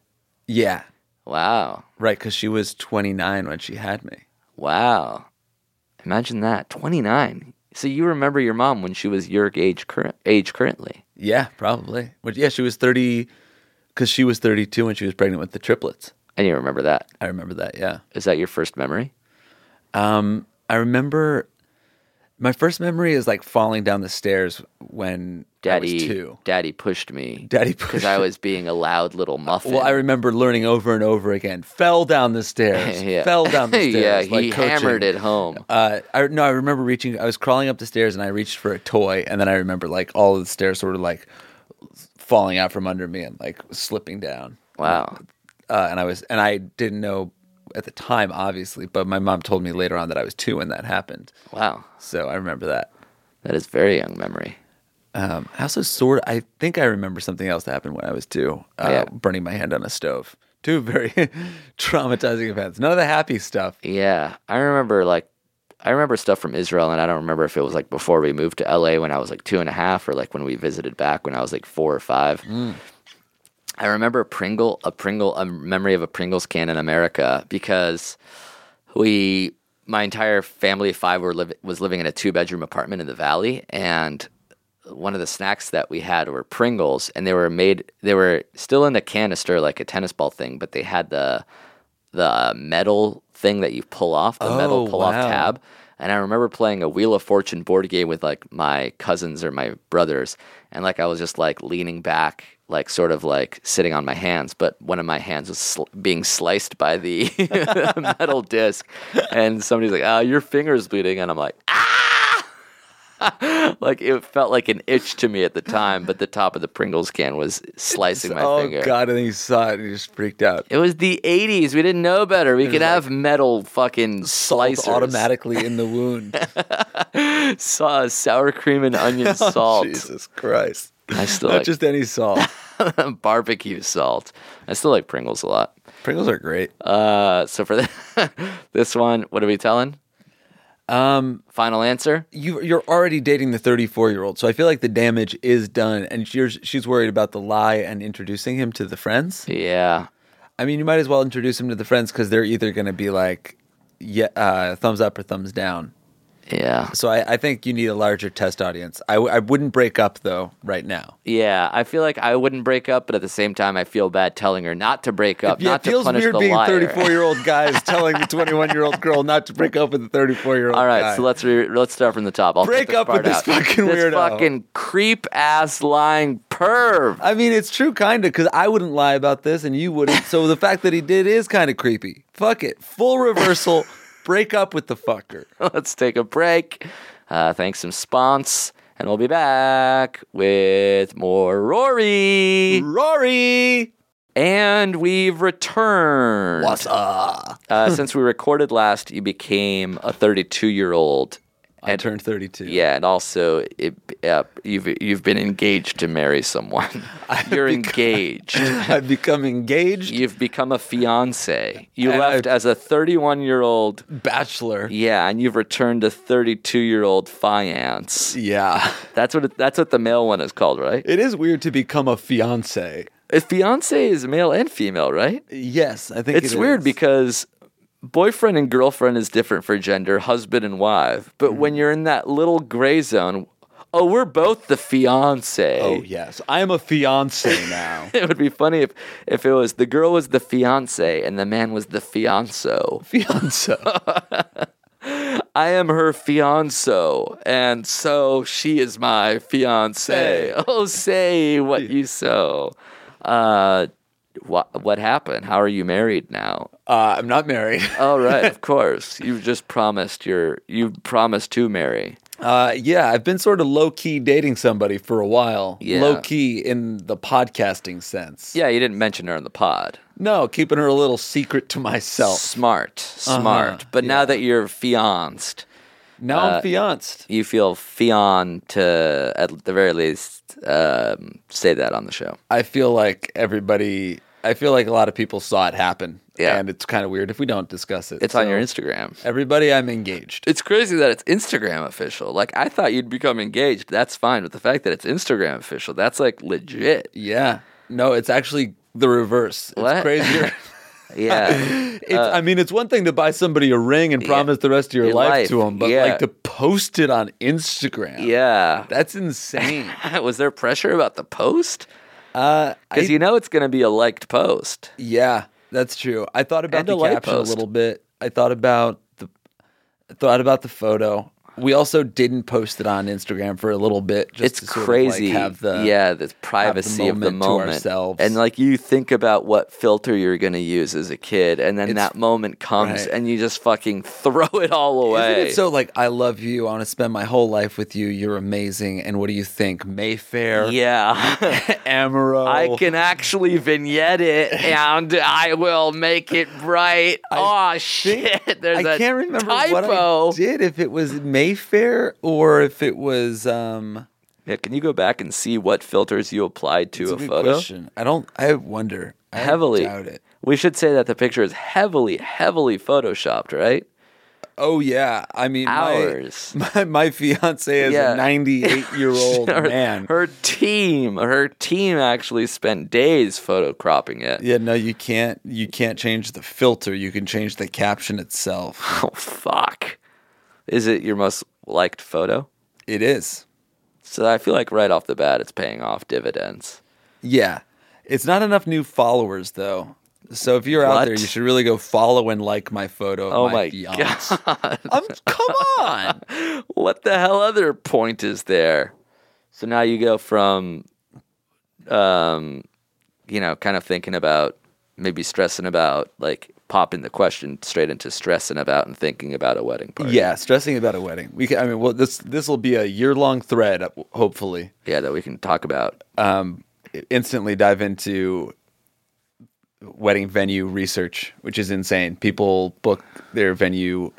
S4: yeah,
S2: Wow.
S4: right, because she was 29 when she had me.
S2: Wow. Imagine that. 29. So you remember your mom when she was your age current age currently.
S4: Yeah, probably. But yeah, she was 30 because she was 32 when she was pregnant with the triplets.
S2: And you remember that.
S4: I remember that. Yeah.
S2: Is that your first memory?
S4: I remember my first memory is like falling down the stairs when I was
S2: Daddy
S4: two.
S2: Daddy pushed me.
S4: Daddy
S2: Because
S4: pushed
S2: I
S4: me.
S2: was being a loud little muffin.
S4: Well, I remember learning over and over again. Fell down the stairs.
S2: Yeah.
S4: Fell down the stairs.
S2: yeah, he
S4: like coaching.
S2: hammered it home.
S4: Uh, I no, I remember reaching. I was crawling up the stairs and I reached for a toy, and then I remember like all of the stairs sort of like falling out from under me and like slipping down.
S2: Wow.
S4: uh, and I was and I didn't know at the time, obviously, but my mom told me later on that I was two when that happened.
S2: Wow.
S4: So I remember that.
S2: That is very young memory.
S4: Um, I also sort of, I think I remember something else that happened when I was two, uh,
S2: Yeah.
S4: burning my hand on a stove. Two very traumatizing events. None of the happy stuff.
S2: Yeah, I remember like I remember stuff from Israel, and I don't remember if it was like before we moved to LA when I was like two and a half, or like when we visited back when I was like four or five. I remember a Pringle, a Pringle, a memory of a Pringles can in America because we, my entire family of five, were liv- was living in a two bedroom apartment in the valley, and one of the snacks that we had were Pringles, and they were made. They were still in a canister, like a tennis ball thing, but they had the the metal thing that you pull off, the metal
S4: Oh,
S2: pull off
S4: wow.
S2: tab. And I remember playing a Wheel of Fortune board game with like my cousins or my brothers, and like I was just like leaning back, like sort of like sitting on my hands, but one of my hands was sl- being sliced by the metal disc, and somebody's like, "Ah, your finger's bleeding," and I'm like, "Ah!" like it felt like an itch to me at the time, but the top of the Pringles can was slicing my
S4: oh
S2: finger.
S4: god, and then you saw it and you just freaked out.
S2: It was the '80s. We didn't know better. We could have metal fucking
S4: Salt
S2: slicers.
S4: automatically in the wound.
S2: Saw uh, sour cream and onion salt.
S4: Oh, Jesus Christ.
S2: I still
S4: Not
S2: like
S4: just any salt.
S2: barbecue salt. I still like Pringles a lot.
S4: Pringles are great.
S2: Uh, so for this one, what are we telling? Um, final answer.
S4: you you're already dating the 34 year old, so I feel like the damage is done, and she's she's worried about the lie and introducing him to the friends.
S2: Yeah,
S4: I mean, you might as well introduce him to the friends because they're either going to be like, yeah, uh, thumbs up or thumbs down.
S2: yeah,
S4: So I, I think you need a larger test audience. I, w- I wouldn't break up though right now.
S2: yeah. I feel like I wouldn't break up, but at the same time, I feel bad telling her not to break up,
S4: yeah,
S2: not
S4: it feels
S2: to punish
S4: weird
S2: the
S4: being
S2: liar.
S4: 34 year old guys telling the 21 year old girl not to break up with the 34 year old.
S2: All right, so let's re- let's start from the top. I'll cut
S4: Break
S2: this
S4: up with
S2: part
S4: this
S2: out.
S4: fucking
S2: This
S4: weirdo.
S2: fucking creep ass lying perv.
S4: I mean, it's true, kind of, because I wouldn't lie about this and you wouldn't. So the fact that he did is kind of creepy. Fuck it. Full reversal. break up with the fucker.
S2: let's take a break. Uh, thanks some spons, and we'll be back with more Rory.
S4: Rory.
S2: And we've returned.
S4: What's up?
S2: Uh, since we recorded last, you became a 32 year old.
S4: I turned 32.
S2: Yeah, and also it, uh, you've you've been engaged to marry someone. You're engaged.
S4: I've become engaged.
S2: You've become a fiance. You
S4: And
S2: left
S4: I've-
S2: as a 31 year old.
S4: Bachelor.
S2: Yeah, and you've returned a 32 year old fiance.
S4: Yeah.
S2: That's what it, that's what the male one is called, right?
S4: It is weird to become a fiance.
S2: If fiance is male and female, right?
S4: Yes, I think
S2: It's
S4: it
S2: weird
S4: is.
S2: because boyfriend and girlfriend is different for gender, husband and wife.
S4: Mm-hmm.
S2: But when you're in that little gray zone, oh, we're both the fiance.
S4: Oh, yes. I am a fiance now.
S2: It would be funny if, if it was the girl was the fiance and the man was the fianco.
S4: fiance.
S2: I am her fianco, and so she is my fiance. Oh, say what you so. Uh, what what happened? How are you married now?
S4: Uh, I'm not married.
S2: Oh, right, of course. You just promised your you promised to marry.
S4: Uh, yeah, I've been sort of low key dating somebody for a while.
S2: Yeah.
S4: Low key in the podcasting sense.
S2: Yeah, you didn't mention her on the pod.
S4: No, keeping her a little secret to myself.
S2: Smart, smart. But now that you're fianced,
S4: Now
S2: uh,
S4: I'm fianced.
S2: you feel fian to at the very least um, say that on the show.
S4: I feel like everybody. I feel like a lot of people saw it happen.
S2: Yeah.
S4: and it's kind of weird if we don't discuss it.
S2: It's on
S4: So,
S2: your Instagram.
S4: Everybody, I'm engaged.
S2: It's crazy that it's Instagram official. Like I thought you'd become engaged. That's fine, but the fact that it's Instagram official, that's like legit.
S4: Yeah. No, it's actually the reverse. It's
S2: What?
S4: crazier.
S2: Yeah.
S4: It's, I mean, it's one thing to buy somebody a ring and promise the rest of your,
S2: Your
S4: life,
S2: life,
S4: to them, but
S2: yeah.
S4: like to post it on Instagram.
S2: yeah.
S4: That's insane.
S2: Was there pressure about the post?
S4: Uh, I,
S2: Because you know it's going to be a liked post.
S4: yeah, that's true. I thought about
S2: And a
S4: the
S2: light
S4: caption
S2: post.
S4: a little bit. I thought about the I thought about the photo. We also didn't post it on Instagram for a little bit. Just to
S2: it's
S4: sort of, like,
S2: crazy.
S4: have the
S2: yeah, the privacy of the
S4: moment to
S2: moment.
S4: ourselves.
S2: And like you think about what filter you're going to use as a kid, and then
S4: It's-
S2: that moment comes
S4: right.
S2: and you just fucking throw it all away.
S4: Isn't it so like I love you. I want to spend my whole life with you. You're amazing. And what do you think, Mayfair?
S2: yeah.
S4: Amaro.
S2: I can actually vignette it and I will make it bright. oh shit. There's
S4: I
S2: a
S4: can't remember
S2: typo.
S4: what I did. If it was Mayfair or if it was um.
S2: Yeah, can you go back and see what filters you applied to
S4: it's
S2: a,
S4: good
S2: photo?
S4: question. I don't. I wonder. I
S2: Heavily.
S4: doubt it.
S2: We should say that the picture is heavily, heavily photoshopped, right?
S4: Oh yeah. I mean, my-
S2: Hours.
S4: My, my fiance is
S2: Yeah.
S4: a 98 year old
S2: her,
S4: man.
S2: her team, her team actually spent days photo cropping it.
S4: yeah. No, you can't. You can't change the filter. You can change the caption itself.
S2: Oh fuck. Is it your most liked photo?
S4: It is.
S2: So I feel like right off the bat it's paying off dividends.
S4: Yeah. It's not enough new followers though. So if you're
S2: What?
S4: out there, you should really go follow and like my photo. Of
S2: Oh
S4: my,
S2: my
S4: fiance. I'm, come on.
S2: what the hell other point is there? So now you go from um, you know, kind of thinking about maybe stressing about like popping the question straight into stressing about and thinking about a wedding party.
S4: Yeah, stressing about a wedding. We can, I mean, well, this this will be a year long thread, hopefully.
S2: yeah, that we can talk about.
S4: Um, instantly dive into wedding venue research, which is insane. People book their venue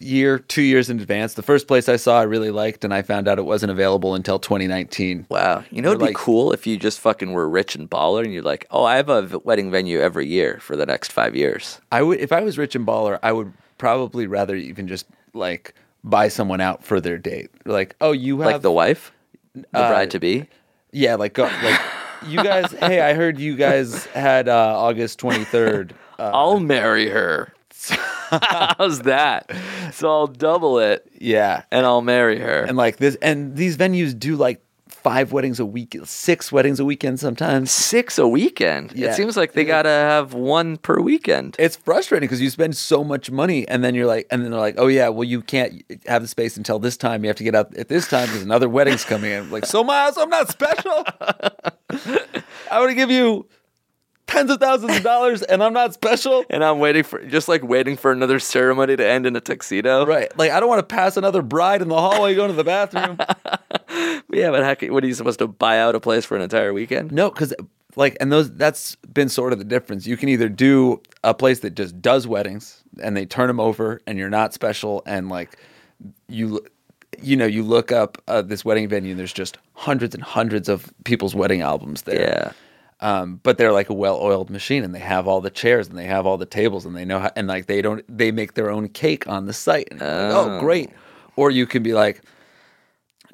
S4: year, two years in advance. The first place I saw, I really liked, and I found out it wasn't available until 2019.
S2: Wow, you know it'd
S4: like-
S2: be cool if you just fucking were rich and baller, and you're like, oh, I have a v- wedding venue every year for the next five years.
S4: I would, if I was rich and baller, I would probably rather even just like buy someone out for their date. Like, oh, you have Uh,
S2: Like the wife, the bride to be.
S4: Yeah, like go, like you guys. hey, I heard you guys had uh, August twenty third. Uh,
S2: I'll marry her. How's that? So I'll double it
S4: yeah,
S2: and I'll marry her.
S4: and like this, and these venues do like five weddings a week, six weddings a weekend sometimes.
S2: six a weekend.
S4: Yeah.
S2: It seems like they gotta have one per weekend.
S4: It's frustrating because you spend so much money, and then you're like, and then they're like, oh yeah, well you can't have the space until this time. You have to get out at this time because another wedding's coming in. Like, so Miles, I'm not special. I want to give you tens of thousands of dollars, and I'm not special.
S2: and I'm waiting for just like waiting for another ceremony to end in a tuxedo.
S4: Right. Like, I don't want to pass another bride in the hallway going to the bathroom.
S2: Yeah, but how can, what are you supposed to buy out a place for an entire weekend?
S4: No, because like, and those that's been sort of the difference. You can either do a place that just does weddings and they turn them over, and you're not special, and like you, you know, you look up uh, this wedding venue, and there's just hundreds and hundreds of people's wedding albums there.
S2: Yeah.
S4: Um, but they're like a well-oiled machine, and they have all the chairs, and they have all the tables, and they know how, and like they don't they make their own cake on the site. And you're like, oh, great! Or you can be like,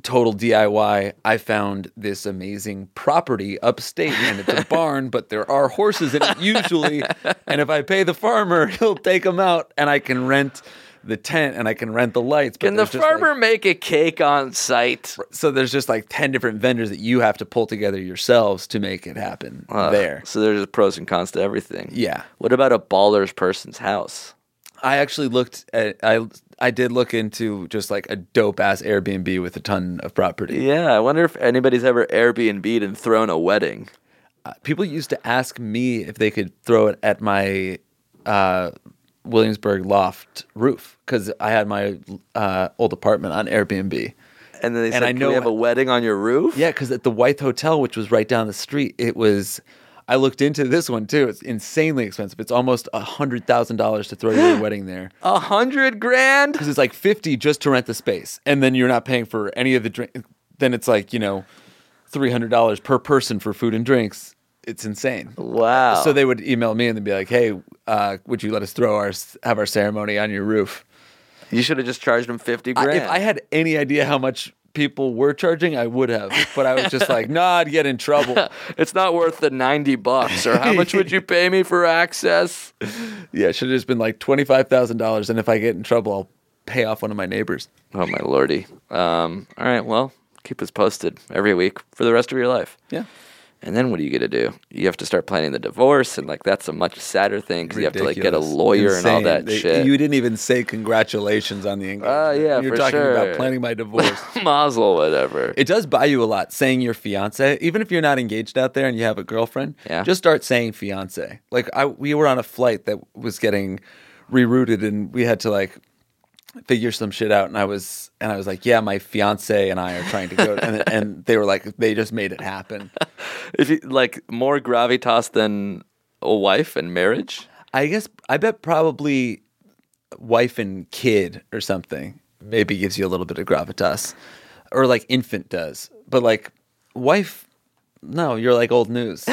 S4: total DIY. I found this amazing property upstate and it's a barn, but there are horses in it usually. And if I pay the farmer, he'll take them out and I can rent the tent and I can rent the lights. But
S2: Can the
S4: there's just, like-
S2: farmer make a cake on site?
S4: so there's just like 10 different vendors that you have to pull together yourselves to make it happen
S2: Ugh.
S4: there.
S2: So there's pros and cons to everything.
S4: Yeah.
S2: What about a baller's person's house?
S4: I actually looked at, I, I did look into just like a dope ass Airbnb with a ton of property.
S2: Yeah, I wonder if anybody's ever Airbnb'd and thrown a wedding.
S4: people used to ask me if they could throw it at my uh, Williamsburg loft roof because I had my uh, old apartment on Airbnb.
S2: And then they said,
S4: I
S2: Can
S4: know-
S2: we have a wedding on your roof?
S4: Yeah, because at the Wythe Hotel, which was right down the street, it was. I looked into this one too. It's insanely expensive. It's almost hundred thousand dollars to throw your wedding there.
S2: A hundred grand?
S4: because it's like 50 just to rent the space and then you're not paying for any of the drink then it's like you know $300 per person for food and drinks it's insane
S2: Wow.
S4: so they would email me and they'd be like hey uh, would you let us throw our have our ceremony on your roof
S2: You should have just charged them fifty
S4: I-
S2: grand.
S4: if i had any idea how much people were charging i would have but i was just like nah i'd get in trouble
S2: it's not worth the 90 bucks or how much would you pay me for access
S4: yeah should have just been like $25000 and if i get in trouble i'll pay off one of my neighbors
S2: oh my lordy um, all right well keep us posted every week for the rest of your life
S4: yeah
S2: and then what are you going to do you have to start planning the divorce and like that's a much sadder thing because you have to like get a
S4: Ridiculous.
S2: lawyer and all
S4: Insane.
S2: that
S4: They-
S2: shit
S4: You didn't even say congratulations on the engagement.
S2: Ah, yeah,
S4: You're
S2: for
S4: talking
S2: sure.
S4: about planning my divorce.
S2: Mazel, whatever
S4: it does buy you a lot saying your fiance, even if you're not engaged out there and you have a girlfriend.
S2: Yeah.
S4: Just start saying fiance. Like I, we were on a flight that was getting rerouted, and we had to like figure some shit out. And I was, and I was like, yeah, my fiance and I are trying to go, and, and they were like, they just made it happen.
S2: if you like more gravitas than a wife and marriage
S4: I guess I bet probably wife and kid or something maybe gives you a little bit of gravitas, or like infant does. But like wife, no, you're like old news.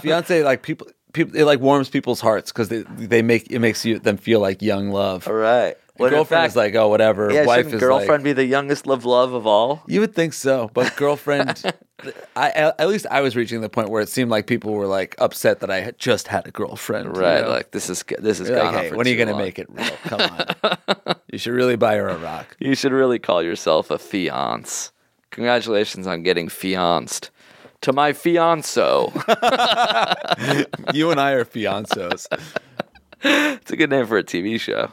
S4: Fiance, like people, people, it like warms people's hearts because they they make it makes you them feel like young love.
S2: all right
S4: Well, girlfriend is like oh whatever.
S2: yeah,
S4: wife
S2: shouldn't
S4: is
S2: girlfriend
S4: like.
S2: be the youngest loved love of all
S4: You would think so, but girlfriend, I at least I was reaching the point where it seemed like people were like upset that I had just had a girlfriend. you
S2: right
S4: know?
S2: like this is this is
S4: You're
S2: gone
S4: like,
S2: on
S4: hey,
S2: for
S4: when are you
S2: too
S4: gonna
S2: long."
S4: make it real? Come on. you should really buy her a rock.
S2: You should really call yourself a fiance. Congratulations on getting fianced. To my fianco.
S4: You and I are fiancés.
S2: it's a good name for a TV show.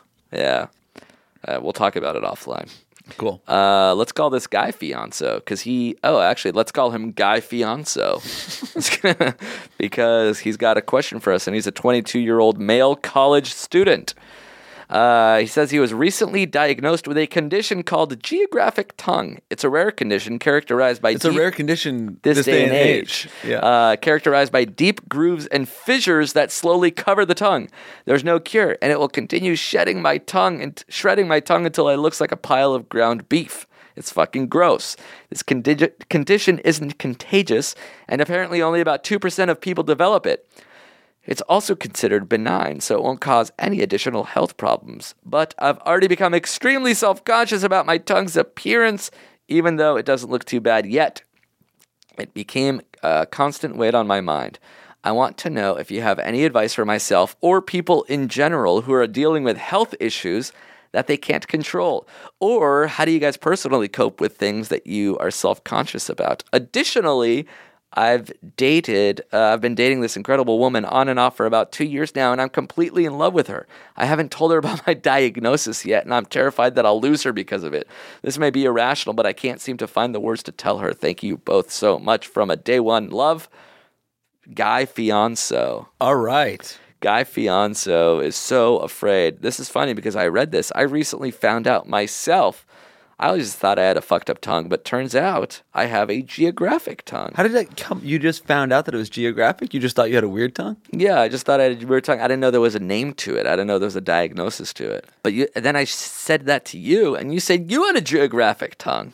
S2: Fianco. Yeah. Uh, we'll talk about it offline.
S4: Cool.
S2: Uh, let's call this guy Fianso because he. Oh, actually, let's call him Guy Fianso because he's got a question for us, and he's a 22-year-old male college student. Uh, he says he was recently diagnosed with a condition called geographic tongue. It's a rare condition characterized by
S4: it's a
S2: deep-
S4: rare condition
S2: this, day, and age,
S4: Yeah.
S2: uh, characterized by deep grooves and fissures that slowly cover the tongue. There's no cure, and it will continue shedding my tongue and shredding my tongue until it looks like a pile of ground beef. It's fucking gross. This condi- condition isn't contagious, and apparently only about 2% of people develop it. It's also considered benign, so it won't cause any additional health problems. But I've already become extremely self conscious about my tongue's appearance, even though it doesn't look too bad yet. It became a constant weight on my mind. I want to know if you have any advice for myself or people in general who are dealing with health issues that they can't control. Or how do you guys personally cope with things that you are self conscious about? Additionally, I've dated, uh, I've been dating this incredible woman on and off for about two years now, and I'm completely in love with her. I haven't told her about my diagnosis yet, and I'm terrified that I'll lose her because of it. This may be irrational, but I can't seem to find the words to tell her. Thank you both so much. From a day one love, Guy Fianso.
S4: All right.
S2: Guy Fianso is so afraid. This is funny because I read this. I recently found out myself. I always just thought I had a fucked up tongue, but turns out I have a geographic tongue.
S4: How did that come? You just found out that it was geographic. You just thought you had a weird tongue.
S2: Yeah, I just thought I we were talking. I didn't know there was a name to it. I didn't know there was a diagnosis to it. But you, and then I said that to you, and you said you had a geographic tongue.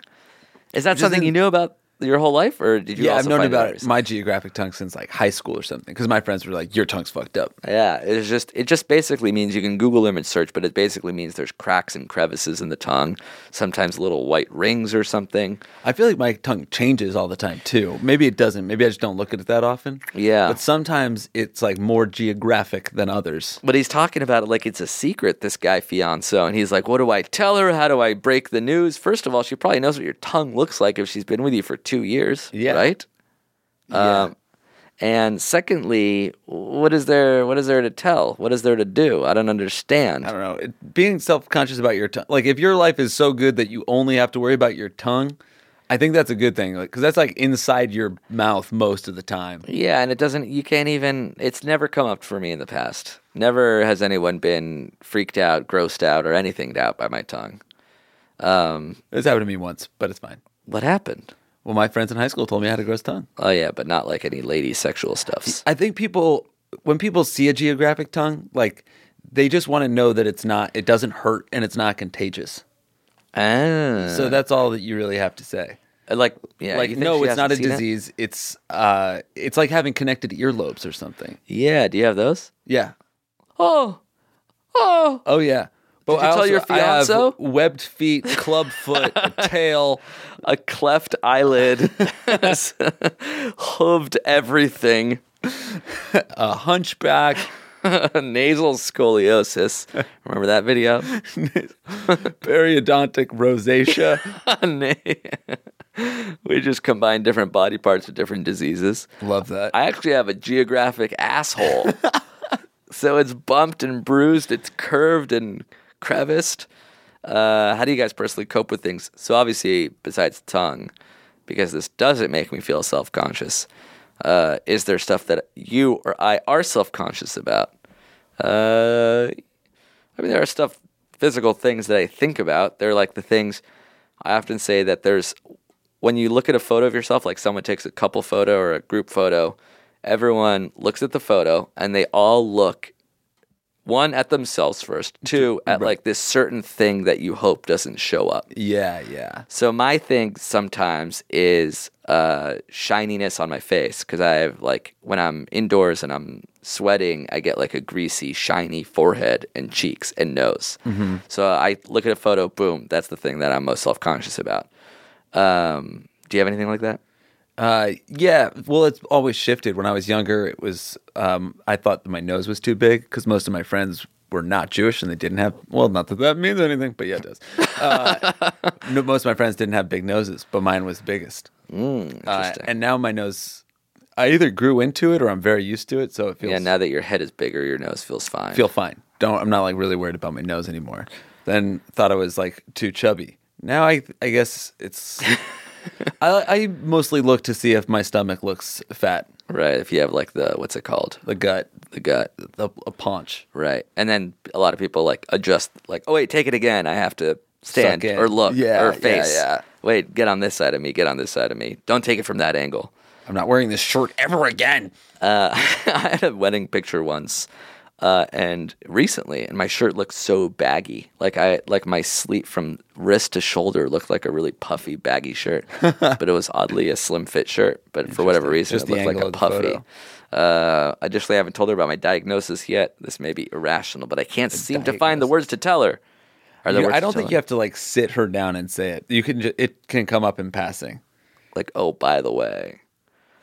S2: Is that something you
S4: in-
S2: knew about your whole life, or did you?
S4: yeah, I've
S2: also
S4: known
S2: find
S4: about
S2: out
S4: it, my geographic tongue since like high school or something. Because my friends were like, "Your tongue's fucked up."
S2: Yeah, it's just it just basically means you can Google image search, but it basically means there's cracks and crevices in the tongue, sometimes little white rings or something.
S4: I feel like my tongue changes all the time too. Maybe it doesn't. Maybe I just don't look at it that often.
S2: Yeah.
S4: But sometimes it's like more geographic than others.
S2: But he's talking about it like it's a secret, this guy Fianso. And he's like, What do I tell her? How do I break the news? First of all, she probably knows what your tongue looks like if she's been with you for two years.
S4: Yeah.
S2: Right? Um, and secondly, what is there what is there to tell? What is there to do? I don't understand.
S4: I don't know. It, being self conscious about your tongue, like if your life is so good that you only have to worry about your tongue, I think that's a good thing. Like, because that's like inside your mouth most of the time.
S2: Yeah, and it doesn't. You can't even. It's never come up for me in the past. Never has anyone been freaked out, grossed out, or anything out by my tongue.
S4: This happened to me once, but it's fine.
S2: What happened?
S4: Well, my friends in high school told me I had a gross tongue.
S2: Oh yeah, but not like any lady sexual stuffs.
S4: I think people, when people see a geographic tongue, like they just want to know that it's not, it doesn't hurt and it's not contagious.
S2: Ah,
S4: So that's all that you really have to say.
S2: like yeah,
S4: Uh. like
S2: you think
S4: no,
S2: she
S4: it's not a
S2: hasn't seen it?
S4: disease. It's uh, it's like having connected earlobes or something.
S2: Yeah, do you have those?
S4: Yeah.
S2: Oh, oh,
S4: Oh yeah. But
S2: Did you tell your
S4: I have
S2: fiancé?
S4: webbed feet, club foot, a tail.
S2: a cleft eyelid has hooved everything.
S4: a hunchback,
S2: Nasal scoliosis. Remember that video?
S4: periodontic rosacea.
S2: Na- we just combine different body parts with different diseases.
S4: Love that.
S2: I actually have a geographic asshole. so it's bumped and bruised, it's curved and creviced. Uh, how do you guys personally cope with things? So, obviously, besides tongue, because this doesn't make me feel self conscious, uh, is there stuff that you or I are self conscious about? Uh, I mean, there are stuff, physical things that I think about. They're like the things I often say that there's, when you look at a photo of yourself, like someone takes a couple photo or a group photo, everyone looks at the photo and they all look one at themselves first, two at like this certain thing that you hope doesn't show up.
S4: yeah, yeah.
S2: So my thing sometimes is uh, shininess on my face because I have like when I'm indoors and I'm sweating, I get like a greasy, shiny forehead and cheeks and nose. So I look at a photo, boom, that's the thing that I'm most self conscious about. Um, do you have anything like that?
S4: Uh, yeah. Well, it's always shifted. When I was younger, it was um, I thought that my nose was too big because most of my friends were not Jewish and they didn't have. Well, not that that means anything, but yeah, it does. Uh, no, most of my friends didn't have big noses, but mine was biggest.
S2: Mm,
S4: Uh, and now my nose, I either grew into it or I'm very used to it, so it feels
S2: Yeah, now that your head is bigger, your nose feels fine.
S4: feel fine. Don't I'm not like really worried about my nose anymore. Then thought I was like too chubby Now I I guess it's I I mostly look to see if my stomach looks fat,
S2: Right. If you have like the what's it called?
S4: the gut,
S2: The gut.
S4: the a paunch.
S2: Right. And then a lot of people like adjust like, oh wait, take it again. I have to stand
S4: Suck in.
S2: or look
S4: Yeah,
S2: or
S4: yeah,
S2: face.
S4: yeah.
S2: Wait, get on this side of me, get on this side of me. Don't take it from that angle.
S4: I'm not wearing this shirt ever again.
S2: I had a wedding picture once, uh, and recently, and my shirt looked so baggy. Like I, like my sleeve from wrist to shoulder looked like a really puffy, baggy shirt. but it was oddly a slim fit shirt. But for whatever reason,
S4: Just
S2: it
S4: the
S2: looked like
S4: angle
S2: a
S4: of the
S2: puffy.
S4: photo.
S2: Uh, additionally, I haven't told her about my diagnosis yet. This may be irrational, but I can't seem to find the words to tell her. Are there
S4: You-
S2: words to
S4: I don't
S2: tell her?
S4: think you have to like sit her down and say it. You can ju- it can come up in passing.
S2: like, oh, by the way.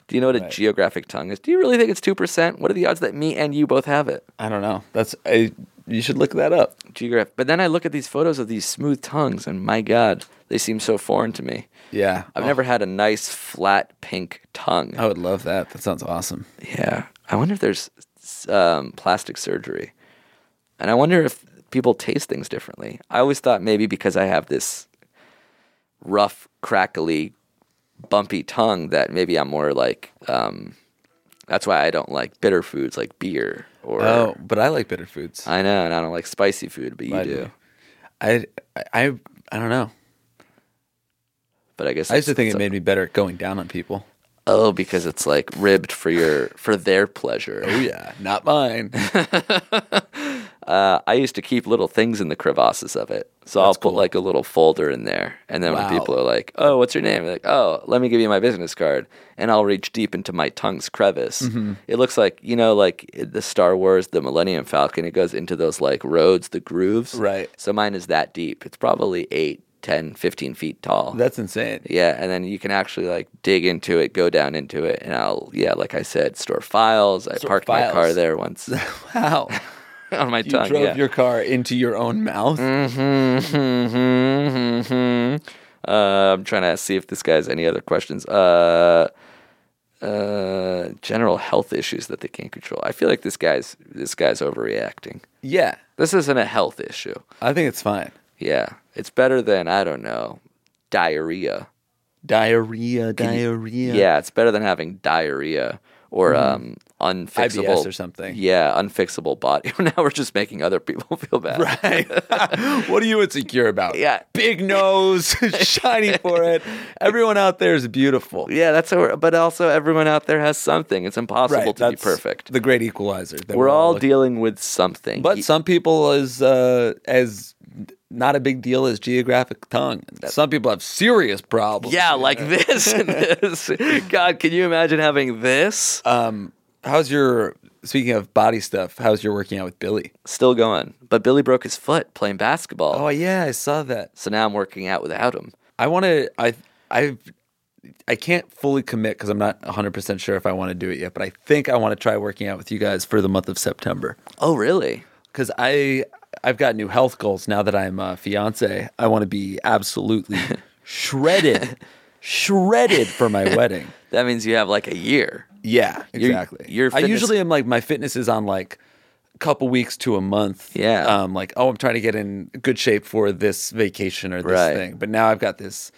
S2: Do you know what a geographic tongue is? Do you really think it's 2%? What are the odds that me and you both have it?
S4: I don't know. That's I, you should look that up.
S2: geograph. But then I look at these photos of these smooth tongues, and my God, they seem so foreign to me.
S4: Yeah,
S2: I've
S4: Oh,
S2: never had a nice flat pink tongue.
S4: I would love that. That sounds awesome.
S2: Yeah, I wonder if there's s- um, plastic surgery, and I wonder if people taste things differently. I always thought maybe because I have this rough, crackly, bumpy tongue that maybe I'm more like. Um, that's why I don't like bitter foods like beer or.
S4: Oh, but I like bitter foods.
S2: I know, and I don't like spicy food, but you
S4: I
S2: do.
S4: I I I, I don't know.
S2: But I guess
S4: I used to
S2: it's-
S4: think
S2: it's
S4: it
S2: a-
S4: made me better at going down on people.
S2: Oh, because it's like ribbed for your for their pleasure.
S4: Oh yeah, not mine.
S2: Uh, I used to keep little things in the crevasses of it, so I'll put like a little folder in there, and then
S4: Wow.
S2: when people are like, "Oh, what's your name?" They're like, "Oh, let me give you my business card," and I'll reach deep into my tongue's crevice.
S4: Mm-hmm.
S2: It looks like you know, like the Star Wars, the Millennium Falcon. It goes into those like roads, the grooves.
S4: Right.
S2: So mine is that deep. It's probably eight, ten, fifteen feet tall.
S4: That's insane.
S2: Yeah, and then you can actually like dig into it, go down into it, and I'll yeah, like I said, store files. I parked my car
S4: files.
S2: there once
S4: Wow,
S2: on my
S4: you
S2: tongue.
S4: drove
S2: yeah.
S4: your car into your own mouth.
S2: Mhm, mhm. Mm-hmm, Uh, I'm trying to see if this guy has any other questions. Uh, uh, general health issues that they can't control. I feel like this guy's this guy's overreacting.
S4: Yeah,
S2: This isn't a health issue.
S4: I think it's fine.
S2: Yeah, it's better than I don't know diarrhea.
S4: Diarrhea, diarrhea.
S2: Yeah. it's better than having diarrhea or
S4: Mm-hmm.
S2: um unfixable
S4: IBS or something.
S2: Yeah, unfixable body. now we're just making other people feel bad.
S4: Right. what are you insecure about?
S2: Yeah.
S4: Big nose, shiny forehead. Everyone out there is beautiful.
S2: Yeah, that's how we're, but also everyone out there has something. It's impossible to be
S4: that's
S2: perfect.
S4: The great equalizer. that
S2: we're all
S4: looking-
S2: dealing with something.
S4: But
S2: Y-
S4: some people is uh, as not a big deal as geographic tongue. Some people have serious problems.
S2: yeah, like this and this. God, can you imagine having this?
S4: Uh, How's your speaking of body stuff? How's your working out with Billy?
S2: Still going. But Billy broke his foot playing basketball.
S4: Oh yeah, I saw that.
S2: so now I'm working out without him.
S4: I want to. I I I can't fully commit because I'm not 100 percent sure if I want to do it yet. But I think I want to try working out with you guys for the month of September
S2: Oh, really?
S4: because I I've got new health goals now that I'm a fiance. I want to be absolutely shredded, shredded for my wedding.
S2: That means you have like a year.
S4: Yeah, exactly.
S2: your
S4: I
S2: fitness-
S4: usually am like my fitness is on like a couple weeks to a month.
S2: Yeah.
S4: Um, like oh, I'm trying to get in good shape for this vacation or this
S2: Right.
S4: thing. But now I've got this.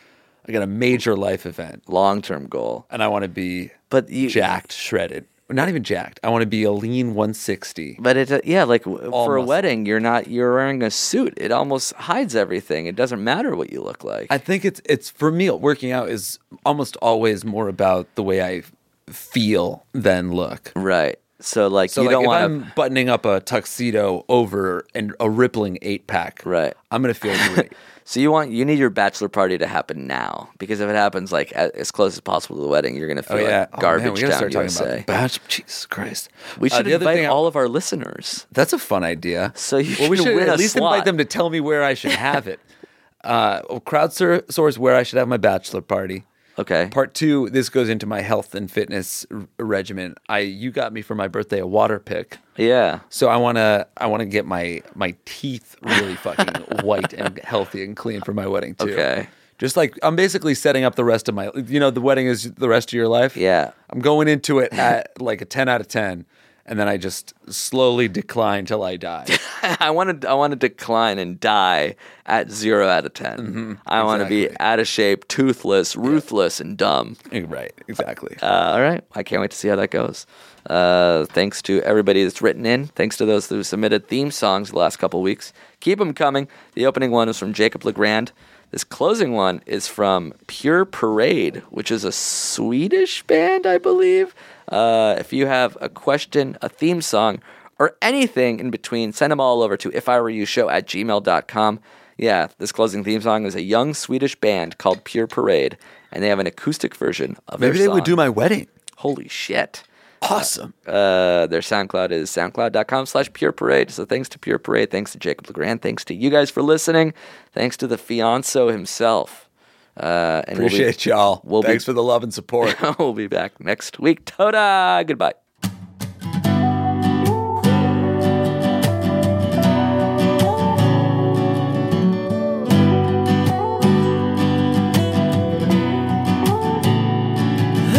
S4: I got a major life event,
S2: Long term goal.
S4: and I want to be
S2: But you
S4: jacked, shredded. Not even jacked. I want to be a lean 160.
S2: But it, uh, yeah, like w for a
S4: muscle.
S2: wedding, you're not, you're wearing a suit. It almost hides everything. It doesn't matter what you look like.
S4: I think it's it's for me. Working out is almost always more about the way I feel than look.
S2: right. So, like,
S4: So
S2: you
S4: like,
S2: don't
S4: if
S2: want to.
S4: I'm buttoning up a tuxedo over and a rippling eight pack,
S2: Right.
S4: I'm gonna feel great.
S2: So you want you need your bachelor party to happen now because if it happens like a- as close as possible to the wedding, you're gonna feel
S4: oh yeah,
S2: like garbage
S4: Oh, man, we gotta
S2: down
S4: start talking
S2: USA.
S4: about batch. Jesus Christ,
S2: we
S4: Uh,
S2: should
S4: the other
S2: invite
S4: thing I-
S2: all of our listeners.
S4: That's a fun idea.
S2: So you
S4: well, we
S2: should
S4: should
S2: win
S4: at
S2: a
S4: least
S2: slot.
S4: invite them to tell me where I should have it. uh, well, crowdsource where I should have my bachelor party.
S2: Okay.
S4: Part two. This goes into my health and fitness r- regimen. I you got me for my birthday a water pick.
S2: yeah.
S4: So I wanna I wanna get my my teeth really fucking white and healthy and clean for my wedding too.
S2: Okay.
S4: Just like I'm basically setting up the rest of my you know, the wedding is the rest of your life.
S2: Yeah.
S4: I'm going into it at like a ten out of ten.
S5: and then I just slowly decline till I die.
S2: I want to I want to decline and die at zero out of 10
S4: Mm-hmm.
S2: I want to be
S5: exactly.
S2: out of shape, toothless, ruthless, and dumb.
S5: right, exactly.
S2: Uh, all right, I can't wait to see how that goes. Uh, thanks to everybody that's written in. Thanks to those who submitted theme songs the last couple weeks. Keep them coming. The opening one was from Jacob Legrand. This closing one is from Pure Parade, which is a Swedish band, I believe. Uh, if you have a question, a theme song, or anything in between, send them all over to if I were you show at gmail.com. Yeah, this closing theme song is a young Swedish band called Pure Parade, and they have an acoustic version of
S5: Maybe
S2: their
S5: they would do
S2: song.
S5: my wedding.
S2: Holy shit.
S5: Awesome.
S2: Uh, their SoundCloud is soundcloud.com slash pure parade. So thanks to Pure Parade. Thanks to Jacob LeGrand. Thanks to you guys for listening. Thanks to the fianco himself. Uh, and we'll be-
S5: Appreciate y'all.
S2: we'll be-
S5: Thanks for the love and support.
S2: We'll be back next week. Toda! Goodbye.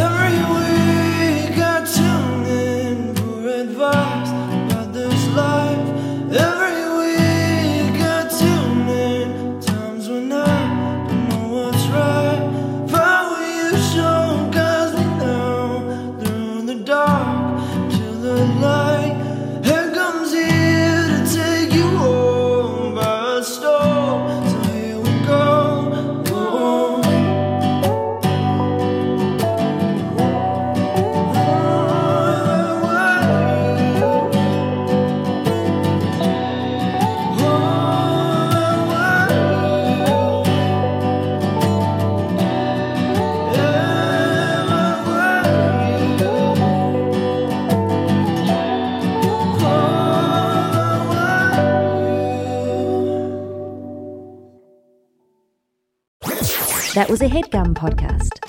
S4: Every week I tune in for advice about this life. Every week I tune in times when I don't know what's right. If I were you, show guys me now through the dark to the light. Here comes here to take you home by storm. So here we go. Oh. oh,
S6: That was a headgum podcast.